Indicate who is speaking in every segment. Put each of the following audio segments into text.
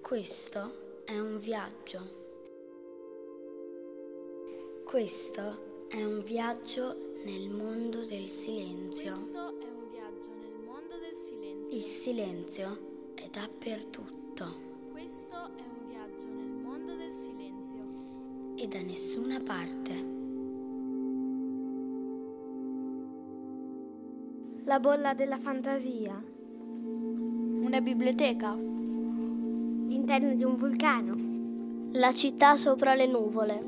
Speaker 1: Questo è un viaggio. Questo è un viaggio nel mondo del silenzio.
Speaker 2: Questo è un viaggio nel mondo del silenzio.
Speaker 1: Il silenzio è dappertutto
Speaker 2: Questo è un viaggio nel mondo del silenzio.
Speaker 1: e da nessuna parte.
Speaker 3: La bolla della fantasia.
Speaker 4: Una biblioteca.
Speaker 3: L'interno di un vulcano.
Speaker 5: La città sopra le nuvole.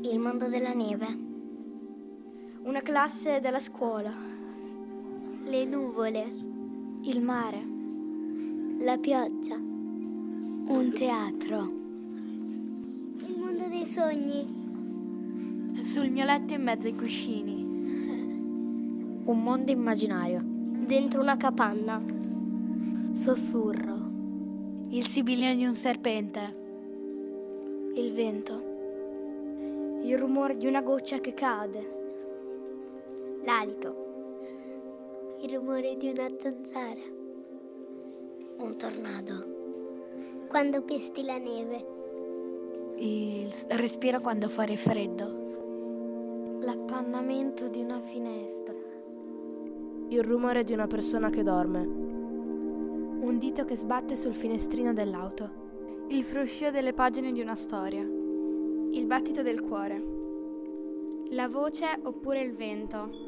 Speaker 5: Il mondo della neve.
Speaker 4: Una classe della scuola.
Speaker 5: Le nuvole.
Speaker 4: Il mare.
Speaker 5: La pioggia. Un teatro. Il mondo dei sogni.
Speaker 4: Sul mio letto in mezzo ai cuscini.
Speaker 3: Un mondo immaginario.
Speaker 5: Dentro una capanna. Sussurro.
Speaker 4: Il sibilio di un serpente.
Speaker 5: Il vento.
Speaker 3: Il rumore di una goccia che cade.
Speaker 5: L'alito. Il rumore di una zanzara. Un tornado. Quando pesti la neve.
Speaker 4: Il respiro quando fa freddo.
Speaker 3: L'appannamento di una finestra.
Speaker 6: Il rumore di una persona che dorme. Un dito che sbatte sul finestrino dell'auto.
Speaker 7: Il fruscio delle pagine di una storia. Il battito del cuore.
Speaker 8: La voce oppure il vento.